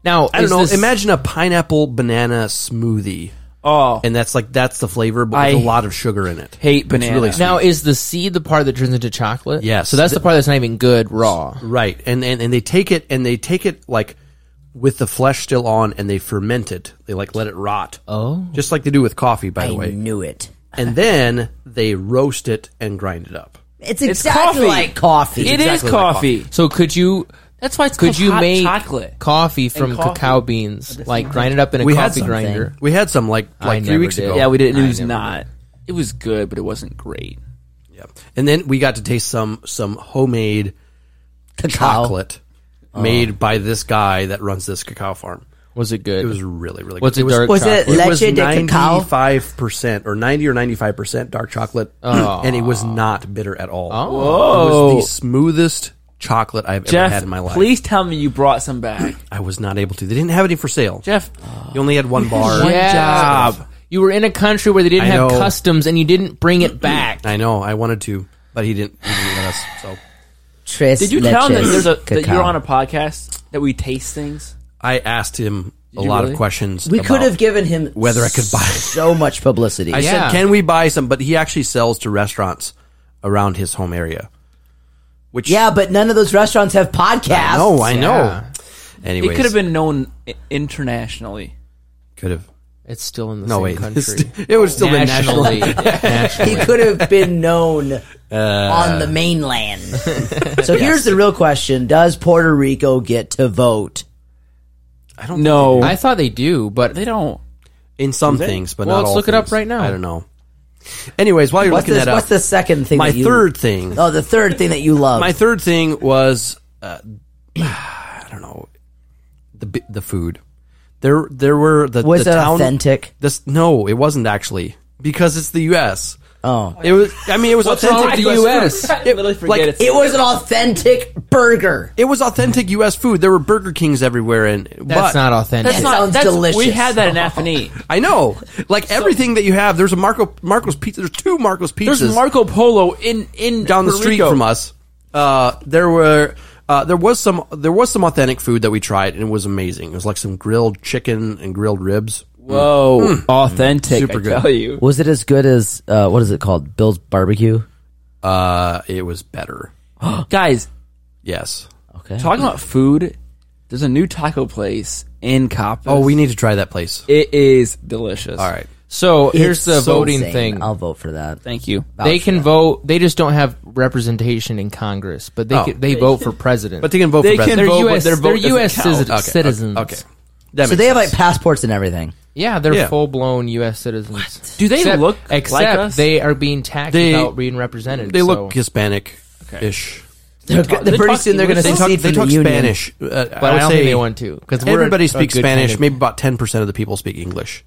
C: Now
E: I don't know.
C: This,
E: Imagine a pineapple banana smoothie,
G: Oh,
E: and that's like that's the flavor, but with
G: I
E: a lot of sugar in it.
G: hate banana.
E: really sweet.
C: now is the seed the part that turns into chocolate?
E: Yes.
C: So that's the part that's not even good raw.
E: Right, and, and and they take it and they take it like with the flesh still on, and they ferment it. They like let it rot.
C: Oh.
E: just like they do with coffee, by
D: I
E: the way.
D: knew it.
E: and then they roast it and grind it up.
D: It's
G: It's
D: exactly
G: coffee.
D: like coffee.
G: It is
E: exactly like
G: coffee.
C: So could you? That's why it's could
G: called
C: you
G: hot
C: make
G: chocolate.
C: coffee from
G: coffee.
C: cacao beans, like grind it up in a coffee grinder?
E: We had some like
C: I
E: like three
C: never
E: weeks
C: did.
E: ago.
G: Yeah, we didn't. It
C: I
G: was
C: never
G: not. It was good, but it wasn't great.
E: Yeah. And then we got to taste some some homemade
D: Cacao.
E: chocolate made by this guy that runs this cacao farm.
C: Was it good?
E: It was really really
C: What's
E: good.
C: it dark
D: Was
C: chocolate?
D: it
E: It
D: leche
E: was
D: de cacao?
E: ninety five percent, or ninety or ninety five percent dark chocolate, and it was not bitter at all. It was the smoothest chocolate I've ever had
G: Jeff,
E: in my life.
G: please tell me you brought some back.
E: I was not able to. They didn't have any for sale.
G: Jeff,
E: you only had one bar.
C: yeah. You were in a country where they didn't
E: I
C: have
E: know.
C: customs, and you didn't bring it back.
E: I know. I wanted to, but he didn't. He didn't let us. So
D: Tres
G: did you tell him that,
D: leches
G: there's a, that
D: cacao.
G: you're on a podcast that we taste things?
E: I asked him a lot
G: really?
E: of questions.
D: We
E: about
D: could have given him
E: whether I could buy.
D: so much publicity.
E: I
C: Yeah.
E: said, "Can we buy some?" But he actually sells to restaurants around his home area. Which
D: yeah, but none of those restaurants have podcasts.
E: no, I know.
C: Yeah.
E: Anyways,
G: It could have been known i- internationally.
E: Could have.
C: It's still in the
E: No
C: same
E: wait,
C: country.
E: it would still been nationally.
C: nationally.
D: he could have been known
E: Uh,
D: on the mainland. so here's the real question: Does Puerto Rico get to vote?
E: I don't
G: No,
C: I thought they do, but
G: they don't.
E: in some things, but
C: Well,
E: not
C: let's
E: all
C: look it up
E: things.
C: right now.
E: I don't know. Anyways, while you're
D: What's,
E: looking
D: this,
E: that up,
D: what's the second thing?
E: my
D: that you-
E: third thing.
D: Oh, the third thing that you love.
E: My third thing was uh, I don't know the bi- the food. There there were the
D: was
E: the
D: it
E: town-
D: authentic?
E: This no, it wasn't actually because it's the U.S.
D: Oh,
E: It was. I mean, it was
C: What's wrong
E: authentic
C: with the U.S.?
E: food. It,
G: literally forget
E: like,
G: it's-
D: it was an authentic burger.
E: it was authentic U.S. food. There were Burger Kings everywhere, and
C: that's
E: but,
C: not authentic.
D: That's sounds delicious.
G: We had that in E. Athenee.
E: I know, like everything that you have. There's a Marco Marco's pizza. There's two Marco's pizzas.
G: There's Marco Polo in in
E: down the
G: Puerto
E: street
G: Rico.
E: from us. Uh, there were uh, there was some there was some authentic food that we tried and it was amazing. It was like some grilled chicken and grilled ribs.
G: Whoa, authentic!
E: Mm. Super
G: I
E: good.
G: tell you,
D: Was it as good as uh, what is it called? Bill's barbecue.
E: Uh, it was better.
G: guys.
E: Yes.
D: Okay.
G: Talking about food, there's a new taco place in Cop.
E: Oh, we need to try that place.
G: it is delicious.
E: All right.
C: so
D: It's
C: here's the
D: so
C: voting
D: sane.
C: thing.
D: I'll vote for that.
G: thank you.
C: they can vote. They just don't have representation in Congress, but they
E: Oh.
C: can, they vote for president.
E: But they can vote
G: They
E: for
G: can
E: president.
C: they're
G: vote, but
C: U.S. they're U.s.
G: their vote doesn't count.
C: citizen-
E: Okay, okay,
C: citizens.
E: Okay. That
D: So
E: makes
D: they have like
E: sense.
D: passports and everything.
C: Yeah, they're
E: Yeah.
C: full blown U.S. citizens.
G: Do they
C: except,
G: look like
C: Except
G: us?
C: they are being taxed
E: They-
C: without being represented.
E: They
C: so-
E: look Hispanic ish.
D: They're, go- they're
G: they
D: pretty
G: talk
D: soon they're going to
G: English?
E: They
G: They
E: talk,
D: secede from
E: they
D: the
E: talk
D: union.
E: Spanish. Uh,
C: But I
E: would
C: don't
E: say
C: think they want to because
E: Everybody speaks Spanish.
C: Maybe
E: Maybe about ten percent of the people speak English.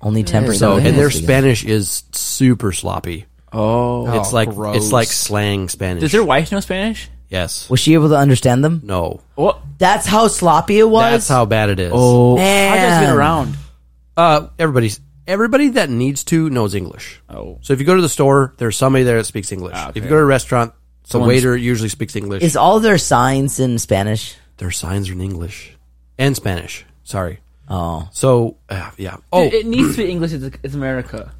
D: Only ten percent.
E: So
D: of the
E: and their
D: Spanish.
E: Spanish is super sloppy.
G: Oh,
E: It's like
C: gross.
E: it's like slang Spanish.
G: does your wife know Spanish?
E: yes?
D: Was she able to understand them?
E: No.
G: What?
D: That's how sloppy it was.
E: That's how bad it is.
G: Oh,
D: Man.
G: has been around.
E: Uh, everybody's everybody that needs to knows English.
G: Oh.
E: so if you go to the store, there's somebody there that speaks English.
C: Ah,
E: If you go to a restaurant, the waiter usually speaks English.
D: is all their signs in Spanish.
E: their signs are in English and Spanish. Sorry.
D: Oh,
E: So uh, yeah. Oh
G: It, it needs to be English. It's, it's America.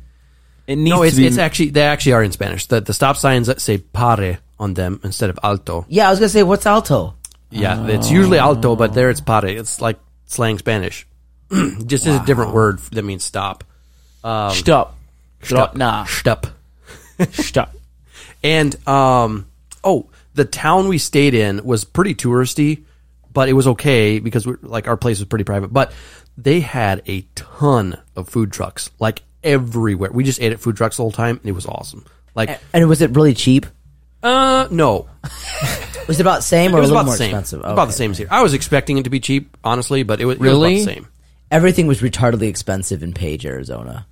G: It needs
E: no,
G: to
E: it's,
G: be.
E: it's actually they actually are in Spanish. The the stop signs that say pare on them instead of alto.
D: yeah. I was gonna say, what's alto?
E: Yeah,
G: Oh.
E: it's usually alto, but there it's pare. It's like slang Spanish. Just is a different word that means stop. Um,
G: stop. Stop. Nah.
E: Stop.
G: Stop.
E: And um, oh, the town we stayed in was pretty touristy, but it was okay because we like our place was pretty private. But they had a ton of food trucks, like everywhere. We just ate at food trucks the whole time, and it was awesome. Like,
D: A- And was it really cheap?
E: uh, no,
D: Was it about same or
E: it was
D: a little
E: about the
D: more
E: same.
D: expensive?
E: About the
D: Okay.
E: same as here. I was expecting it to be cheap, honestly, but it was, it
C: Really?
E: was about the same.
D: Everything was retardedly expensive in Page, Arizona.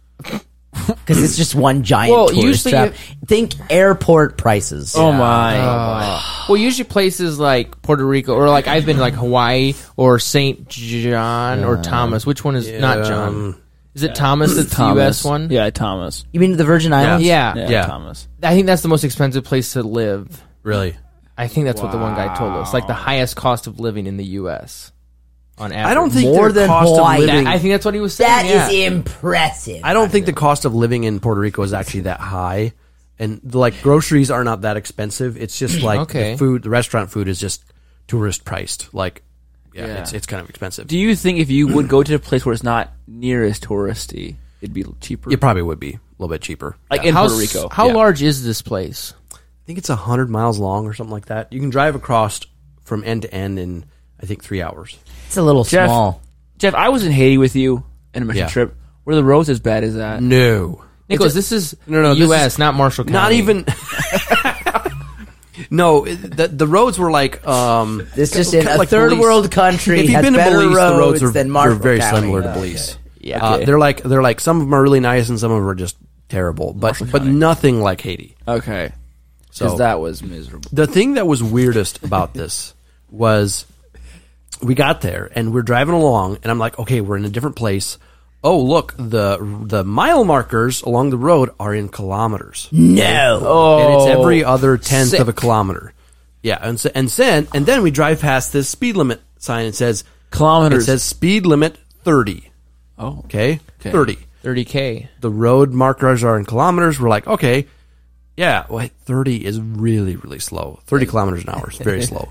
D: Because it's just one giant
C: Well,
D: tourist
C: usually
D: trap. Think airport prices.
G: Oh
E: Uh,
G: my!
C: Well, usually places like Puerto Rico or like I've been to like Hawaii or St. John or Thomas. Which one is not John? Is it Thomas? That's the U.S. one.
G: Yeah, Thomas.
D: You mean the Virgin Islands?
C: yeah,
G: Yeah,
E: Yeah.
G: Thomas.
C: I think that's the most expensive place to live.
E: Really?
C: I think that's what the one guy told us. Like the highest cost of living in the U.S. on average.
E: I don't think
D: More than
E: their cost
D: Hawaii.
E: Of living,
C: I think that's what he was saying.
D: That is
C: yeah.
D: impressive.
E: I don't think the cost of living in Puerto Rico is actually that high, and like groceries are not that expensive. It's just like
C: Okay.
E: the food, the restaurant food is just tourist priced. Like, yeah, it's it's kind of expensive.
G: Do you think if you would go to a place where it's not near as touristy, it'd be cheaper?
E: it probably would be a little bit cheaper.
G: Like in
C: How,
G: Puerto Rico.
C: how
E: yeah.
C: large is this place?
E: I think it's hundred miles long or something like that. You can drive across from end to end in I think three hours.
D: It's a little
G: Jeff-
D: small.
G: Jeff, I was in Haiti with you in a mission
E: Yeah.
G: trip. Were the roads as bad as that?
E: No,
C: Nicholas, this is
E: No, no, this
C: U.S.,
E: is-
C: not Marshall County.
E: not even. no, it- the the roads were like um.
D: This just in
E: kind
D: a
E: of like
D: third
E: Belize.
D: world country
E: If you've
D: has
E: been to
D: better
E: Belize,
D: roads,
E: the roads are,
D: than
E: are
D: Marshall
E: very
D: County.
E: similar to
D: Oh,
E: Belize.
G: Yeah,
E: Uh,
G: okay.
E: they're like they're like some of them are really nice and some of them are just terrible, but but nothing like Haiti.
D: Uh,
G: Okay, because
E: So
G: that was miserable.
E: the thing that was weirdest about this was we got there and we're driving along and I'm like, okay, we're in a different place. Oh look, the the mile markers along the road are in kilometers.
D: No.
E: and it's every other tenth of a kilometer. Yeah, and so, and then and then we drive past this speed limit sign. It says
G: Kilometers.
E: It says speed limit thirty.
G: Oh,
E: Okay, thirty.
C: 30k.
E: The road markers are in kilometers. We're like, okay, yeah, well, thirty is really really slow. Thirty kilometers an hour is very slow.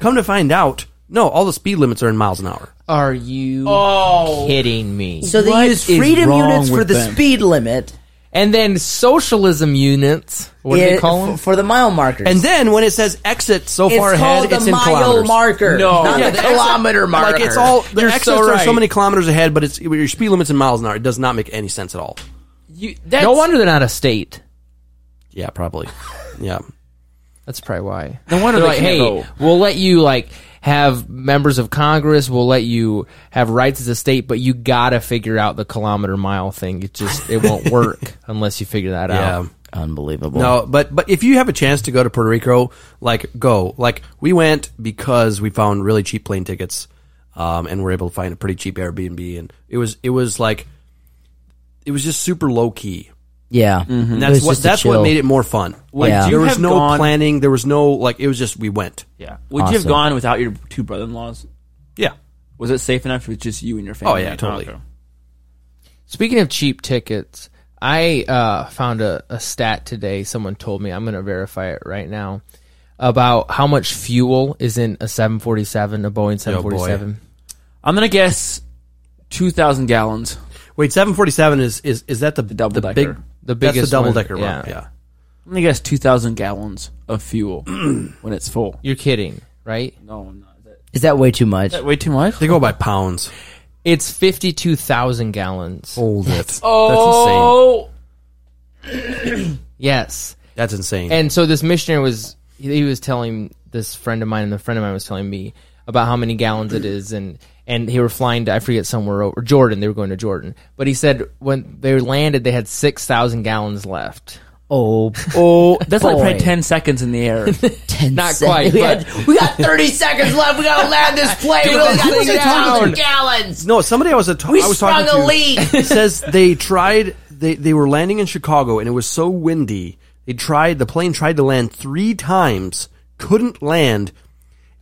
E: Come to find out, no, all the speed limits are in miles an hour.
C: Are you Oh. kidding me?
D: So they
G: What
D: use
G: is
D: freedom
G: wrong
D: units for
G: with
D: the
G: them?
D: speed limit
C: and then socialism units. What do they
D: it-
C: call them?
D: f- for the mile markers.
E: And then when it says exit so
D: it's
E: far
D: called
E: ahead,
D: the
E: it's in
D: mile
E: kilometers.
D: marker,
C: No.
D: not
C: Yeah,
D: the
C: the exit-
D: kilometer marker.
E: Like it's all the
C: You're
E: exits
C: so
E: are so
C: right.
E: many kilometers ahead, but it's your speed limits in miles an hour. It does not make any sense at all.
G: you, that's,
C: no wonder they're not a state.
E: Yeah, probably. Yeah.
C: That's probably why.
G: No wonder
C: they're
G: they
C: like, hey,
G: can't vote."
C: we'll let you like have members of Congress. We'll let you have rights as a state, but you gotta figure out the kilometer mile thing. It just it won't work unless you figure that
E: Yeah.
C: out.
D: unbelievable.
E: No, but but if you have a chance to go to Puerto Rico, like go. Like we went because we found really cheap plane tickets, um, and were able to find a pretty cheap Airbnb, and it was it was like it was just super low key.
D: Yeah,
E: And
D: It
E: Mm-hmm. that's
D: was
E: what
D: just a
E: that's
D: chill.
E: what made it more fun. Like
D: Yeah.
E: there
G: you
E: was
G: have
E: no
G: gone-
E: planning, there was no like it was just we went.
G: yeah. Would you have
D: Awesome.
G: gone without your two brother-in-laws?
E: Yeah.
G: Was it safe enough with just you and your family?
E: yeah, totally.
G: Okay.
C: Speaking of cheap tickets, I uh, found a, a stat today. Someone told me I'm gonna verify it right now about how much fuel is in a 747, a Boeing 747.
G: I'm gonna guess two thousand gallons.
E: Wait, seven forty seven is is is that the
G: double
E: the big
G: decker.
C: The
E: that's the
C: biggest
E: double
C: one,
E: decker one.
C: yeah.
E: yeah.
G: I'm gonna guess two thousand gallons of fuel when it's full.
C: You're kidding, right?
G: No, I'm not. Is that-
D: is that way too much?
G: Is that way too much?
E: They go by pounds.
C: It's 52,000 gallons.
E: Hold it. Oh,
C: Yes.
E: that's insane. That's insane.
C: And so this missionary was he he was telling this friend of mine, and the friend of mine was telling me about how many gallons it is, and and they were flying to I forget somewhere over Jordan. They were going to Jordan, but he said when they landed, they had six thousand gallons left.
D: oh,
G: Oh, that's like
D: Boy.
G: probably ten seconds in the air.
D: ten
C: Not
D: sec-
C: quite,
D: We,
C: but-
D: had- we got thirty seconds left. We gotta land this plane. we
C: Dude,
D: only
C: that
D: got
C: thing
D: two
C: down.
D: thousand gallons.
E: No, somebody I was a t-
D: We
E: I was
D: sprung
E: talking
D: a
E: to
D: leak.
E: says they tried they they were landing in Chicago and it was so windy. They tried the plane tried to land 3 times, couldn't land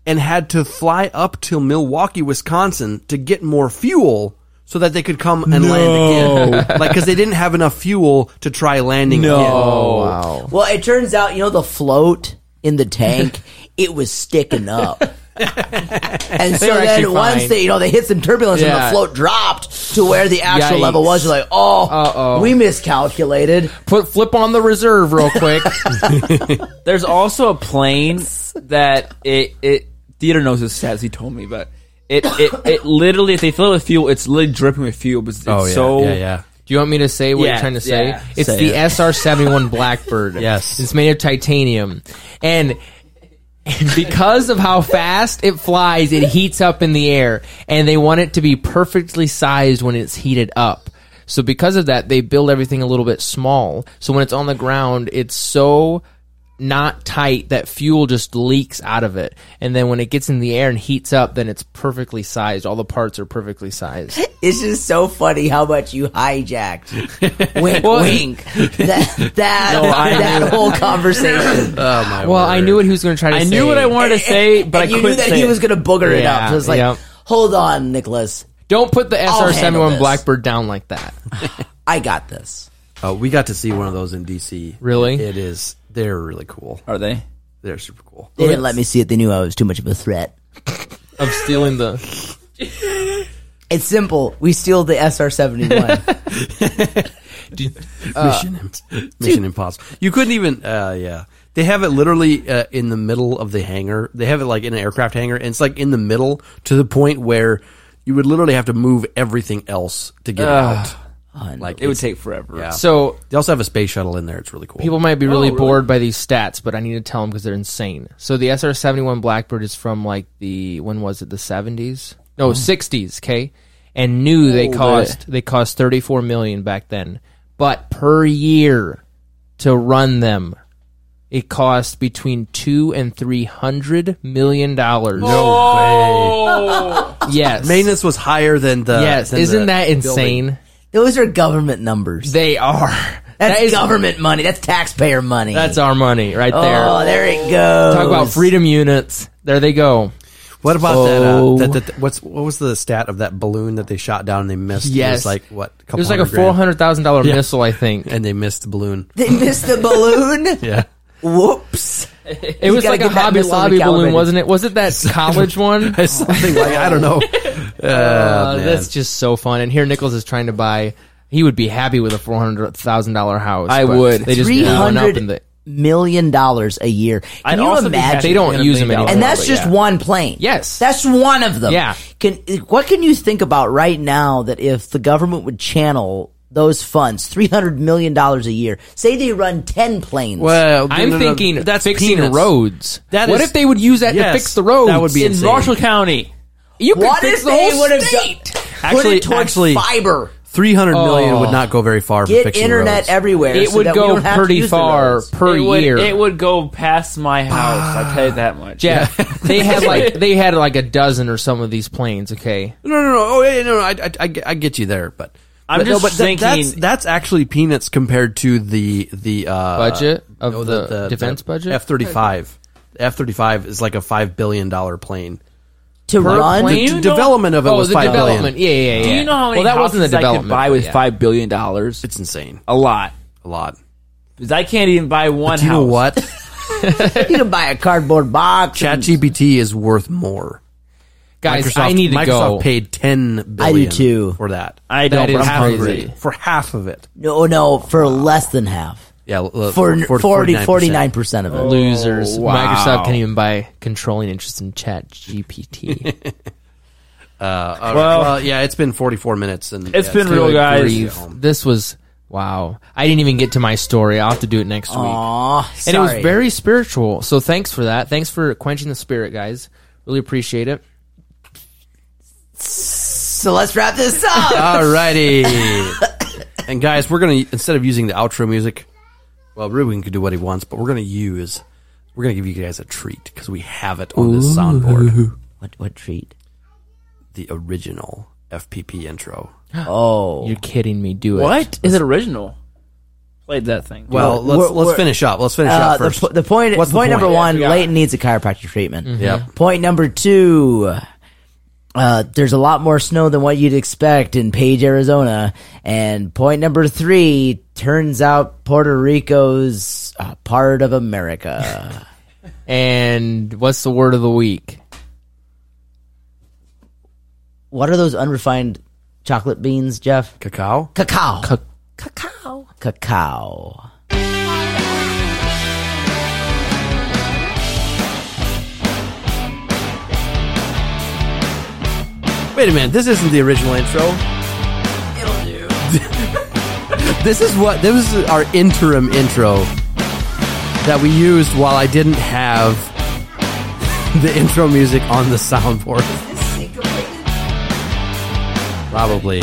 E: and had to fly up to Milwaukee, Wisconsin to get more fuel so that they could come and land again. Like cuz they didn't have enough fuel to try landing again.
C: wow!
D: Well, it turns out you know the float in the tank. it was sticking up. And so
C: were
D: then
C: actually
D: once
C: fine.
D: they, you know, they hit some turbulence and the
C: Yeah.
D: float dropped to where the actual
C: Yikes.
D: level was. You're like, oh,
C: Uh-oh.
D: we miscalculated.
C: Put flip on the reserve real quick.
G: There's also a plane that it it theater knows this as he told me, but it it, it literally if they fill it with fuel, it's literally dripping with fuel. But it's, it's
E: Oh, yeah,
G: so
E: yeah, yeah.
C: Do you want me to say what
G: Yeah,
C: you're trying to say?
G: yeah.
C: It's
E: Say
C: the
E: it.
C: SR-71 Blackbird.
E: Yes.
C: It's made of titanium. And because of how fast it flies, it heats up in the air, and they want it to be perfectly sized when it's heated up. So because of that, they build everything a little bit small. So when it's on the ground, it's so not tight that fuel just leaks out of it. And then when it gets in the air and heats up, then it's perfectly sized. All the parts are perfectly sized.
D: It's just so funny how much you hijacked. wink,
C: Well-
D: wink. That that, that whole conversation.
E: Oh my.
C: Well, I
E: word.
C: knew what he was going to try to
G: I
C: say.
G: knew what I wanted to say, but
D: And
G: I
D: you
G: couldn't
D: knew that
G: say
D: he
G: it.
D: was going to booger it up.
C: Yeah,
D: So it's like,
C: yep.
D: hold on, Nicholas,
C: Don't put the
D: handle this.
C: SR-71 Blackbird down like that.
D: I got this.
E: Uh, we got to see one of those in DC.
C: Really?
E: It is. They're really cool.
G: Are they?
E: They're super cool.
D: They didn't let me see it. They knew I was too much of a threat.
C: Of stealing the...
D: It's simple. We steal the SR seventy one.
C: Uh,
E: Mission, Im- Mission Impossible. You couldn't even. Uh, yeah, they have it literally uh, in the middle of the hangar. They have it like in an aircraft hangar, and it's like in the middle to the point where you would literally have to move everything else to get it out. Like
G: It would
E: it's-
G: take forever.
E: Yeah.
C: So
E: They also have a space shuttle in there. It's really cool.
C: People might be Oh, really, bored by these stats, but I need to tell them because they're insane. So the SR seventy one Blackbird is from like the when was it the seventies? No, sixties. Okay, and new they cost they cost thirty four million back then, but per year to run them, it cost between two and three hundred million dollars.
E: no way.
C: Yes,
E: Maintenance was higher than the.
C: yes.
E: than
C: Isn't
E: the
C: that
E: building.
C: insane?
D: Those are government numbers.
C: They are.
D: That's
C: That is-
D: government money. That's taxpayer money.
C: That's our money right there.
D: oh, there it goes.
C: Talk about freedom units. There they go.
E: What about
C: Oh.
E: that? Uh, that, that? What's what was the stat of that balloon that they shot down and they missed? It
C: Yes.
E: was like what?
C: It was like a
E: couple
C: four
E: hundred
C: hundred thousand dollar
E: Yeah.
C: missile, I think.
E: grand, and they missed the balloon.
D: They missed the balloon.
E: Yeah.
D: Whoops.
C: It was
D: gotta
C: like a
D: get that
C: Hobby
D: missile
C: Lobby balloon,
D: recalibrated.
C: wasn't it? Was it that college one?
E: It's something like I don't know.
C: Uh, that's just so fun. And here Nichols is trying to buy. He would be happy with a four hundred thousand dollar house.
G: I
C: but
G: would.
C: They just
D: Three
C: blew one up in
D: hundred
C: the.
D: million dollars a year. Can
G: I'd
D: you
G: also be
D: imagine?
G: happy
C: They don't
G: with a
C: use them
G: million
C: anymore.
G: dollars,
D: and that's
G: but
D: just
G: yeah.
D: one plane.
C: Yes.
D: that's one of them.
C: Yeah.
D: Can what can you think about right now that if the government would channel those funds, three hundred million dollars a year, say they run ten planes.
E: Well,
C: I'm thinking that's fixing
E: peanuts.
C: roads.
E: That
C: what
E: is-
C: if they would use that
E: Yes,
C: to fix the roads?
E: that would be
C: in
E: insane.
C: Marshall
G: Marshall
C: County?
G: County.
C: You could
D: what
C: fix
D: if
C: the
D: they
C: whole
D: would have
C: state.
D: put
E: Actually-
D: it towards
E: actually-
D: fiber?
E: Three hundred million
C: Oh.
E: would not go very far. for
D: Get
E: fixing
D: internet
E: roads.
D: everywhere.
C: It
D: so
C: would
D: that we
C: go
D: don't have to
C: pretty
D: use the
C: far.
D: roads.
C: Per
G: it would,
C: year.
G: It would go past my house. I
D: Ah.
G: tell you that much.
C: Jeff, they had like they had like a dozen or some of these planes. Okay,
E: No, no, no. Oh, yeah, yeah, no. no I, I, I, get- I get you there, but
G: I'm
E: but
G: just
E: but
G: thinking-
E: that's, that's actually peanuts compared to the the uh,
C: Budget of the defense budget?
E: F thirty five. F thirty five is like a five billion dollar plane.
D: to run.
C: plane?
E: The
C: You don't-
E: development of it
C: oh,
E: was
C: the
E: five billion.
C: development. Yeah, yeah, yeah.
G: Do you know how many
C: well, that
G: houses
C: wasn't the
G: I
C: development
G: could buy with
C: yeah.
G: five billion dollars?
E: It's insane.
G: A lot.
E: A lot.
G: Because I can't even buy one
E: Do you know
G: house.
E: what?
D: You can buy a cardboard box. and-
E: ChatGPT is worth more.
C: Guys,
E: Microsoft,
C: I need to
E: Microsoft
G: Oh.
C: go.
E: paid ten billion.
D: too.
E: for that.
G: I
C: That
G: don't. But
C: is
G: I'm
C: crazy.
G: hungry.
E: for half of it.
D: No, no, for less than half.
E: Yeah, l-
D: For
E: for-
D: 49 percent of it.
C: Losers.
G: Oh, wow.
C: Microsoft can't even buy controlling interest in Chat GPT.
E: Uh,
G: Well-
E: well, yeah, it's been 44 minutes, and
G: It's
E: yeah,
G: been real,
E: good
G: guys.
E: grief.
C: this was wow. I didn't even get to my story. I'll have to do it next week.
D: Aw,
C: And
D: sorry.
C: it was very spiritual. So thanks for that. Thanks for quenching the spirit, guys. Really appreciate it.
D: so let's wrap this up.
E: Alrighty, and guys, we're gonna instead of using the outro music, well, Ruben can do what he wants, but we're gonna use, we're gonna give you guys a treat because we have it on this soundboard,
D: what, what treat?
E: the original FPP intro.
D: Oh.
C: You're kidding me. Do it.
G: What is it original? Played that thing.
E: Well,
D: We're-
E: let's let's
D: we're-
E: finish up. Let's finish
D: Uh,
E: up
D: the,
E: first.
D: po- the point,
E: What's the
D: point
E: point?
D: number
E: Yeah,
D: one,
G: yeah.
D: Leighton needs a chiropractic treatment.
E: Yep.
D: Point number two, uh, there's a lot more snow than what you'd expect in Page, Arizona. And point number three, turns out Puerto Rico's uh, part of America.
C: And what's the word of the week?
D: what are those unrefined chocolate beans, Jeff?
E: Cacao.
D: Cacao.
C: Ca-
D: Cacao. Cacao.
E: Wait a minute, this isn't the original intro. This is what this is our interim intro that we used while I didn't have the intro music on the soundboard. Probably.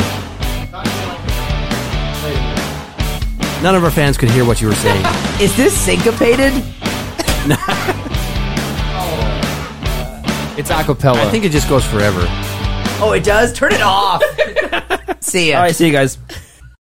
E: None of our fans could hear what you were saying.
D: Is this syncopated?
C: It's acapella.
E: I think it just goes forever.
D: Oh, it does. Turn it off. See ya.
G: All right, see you guys.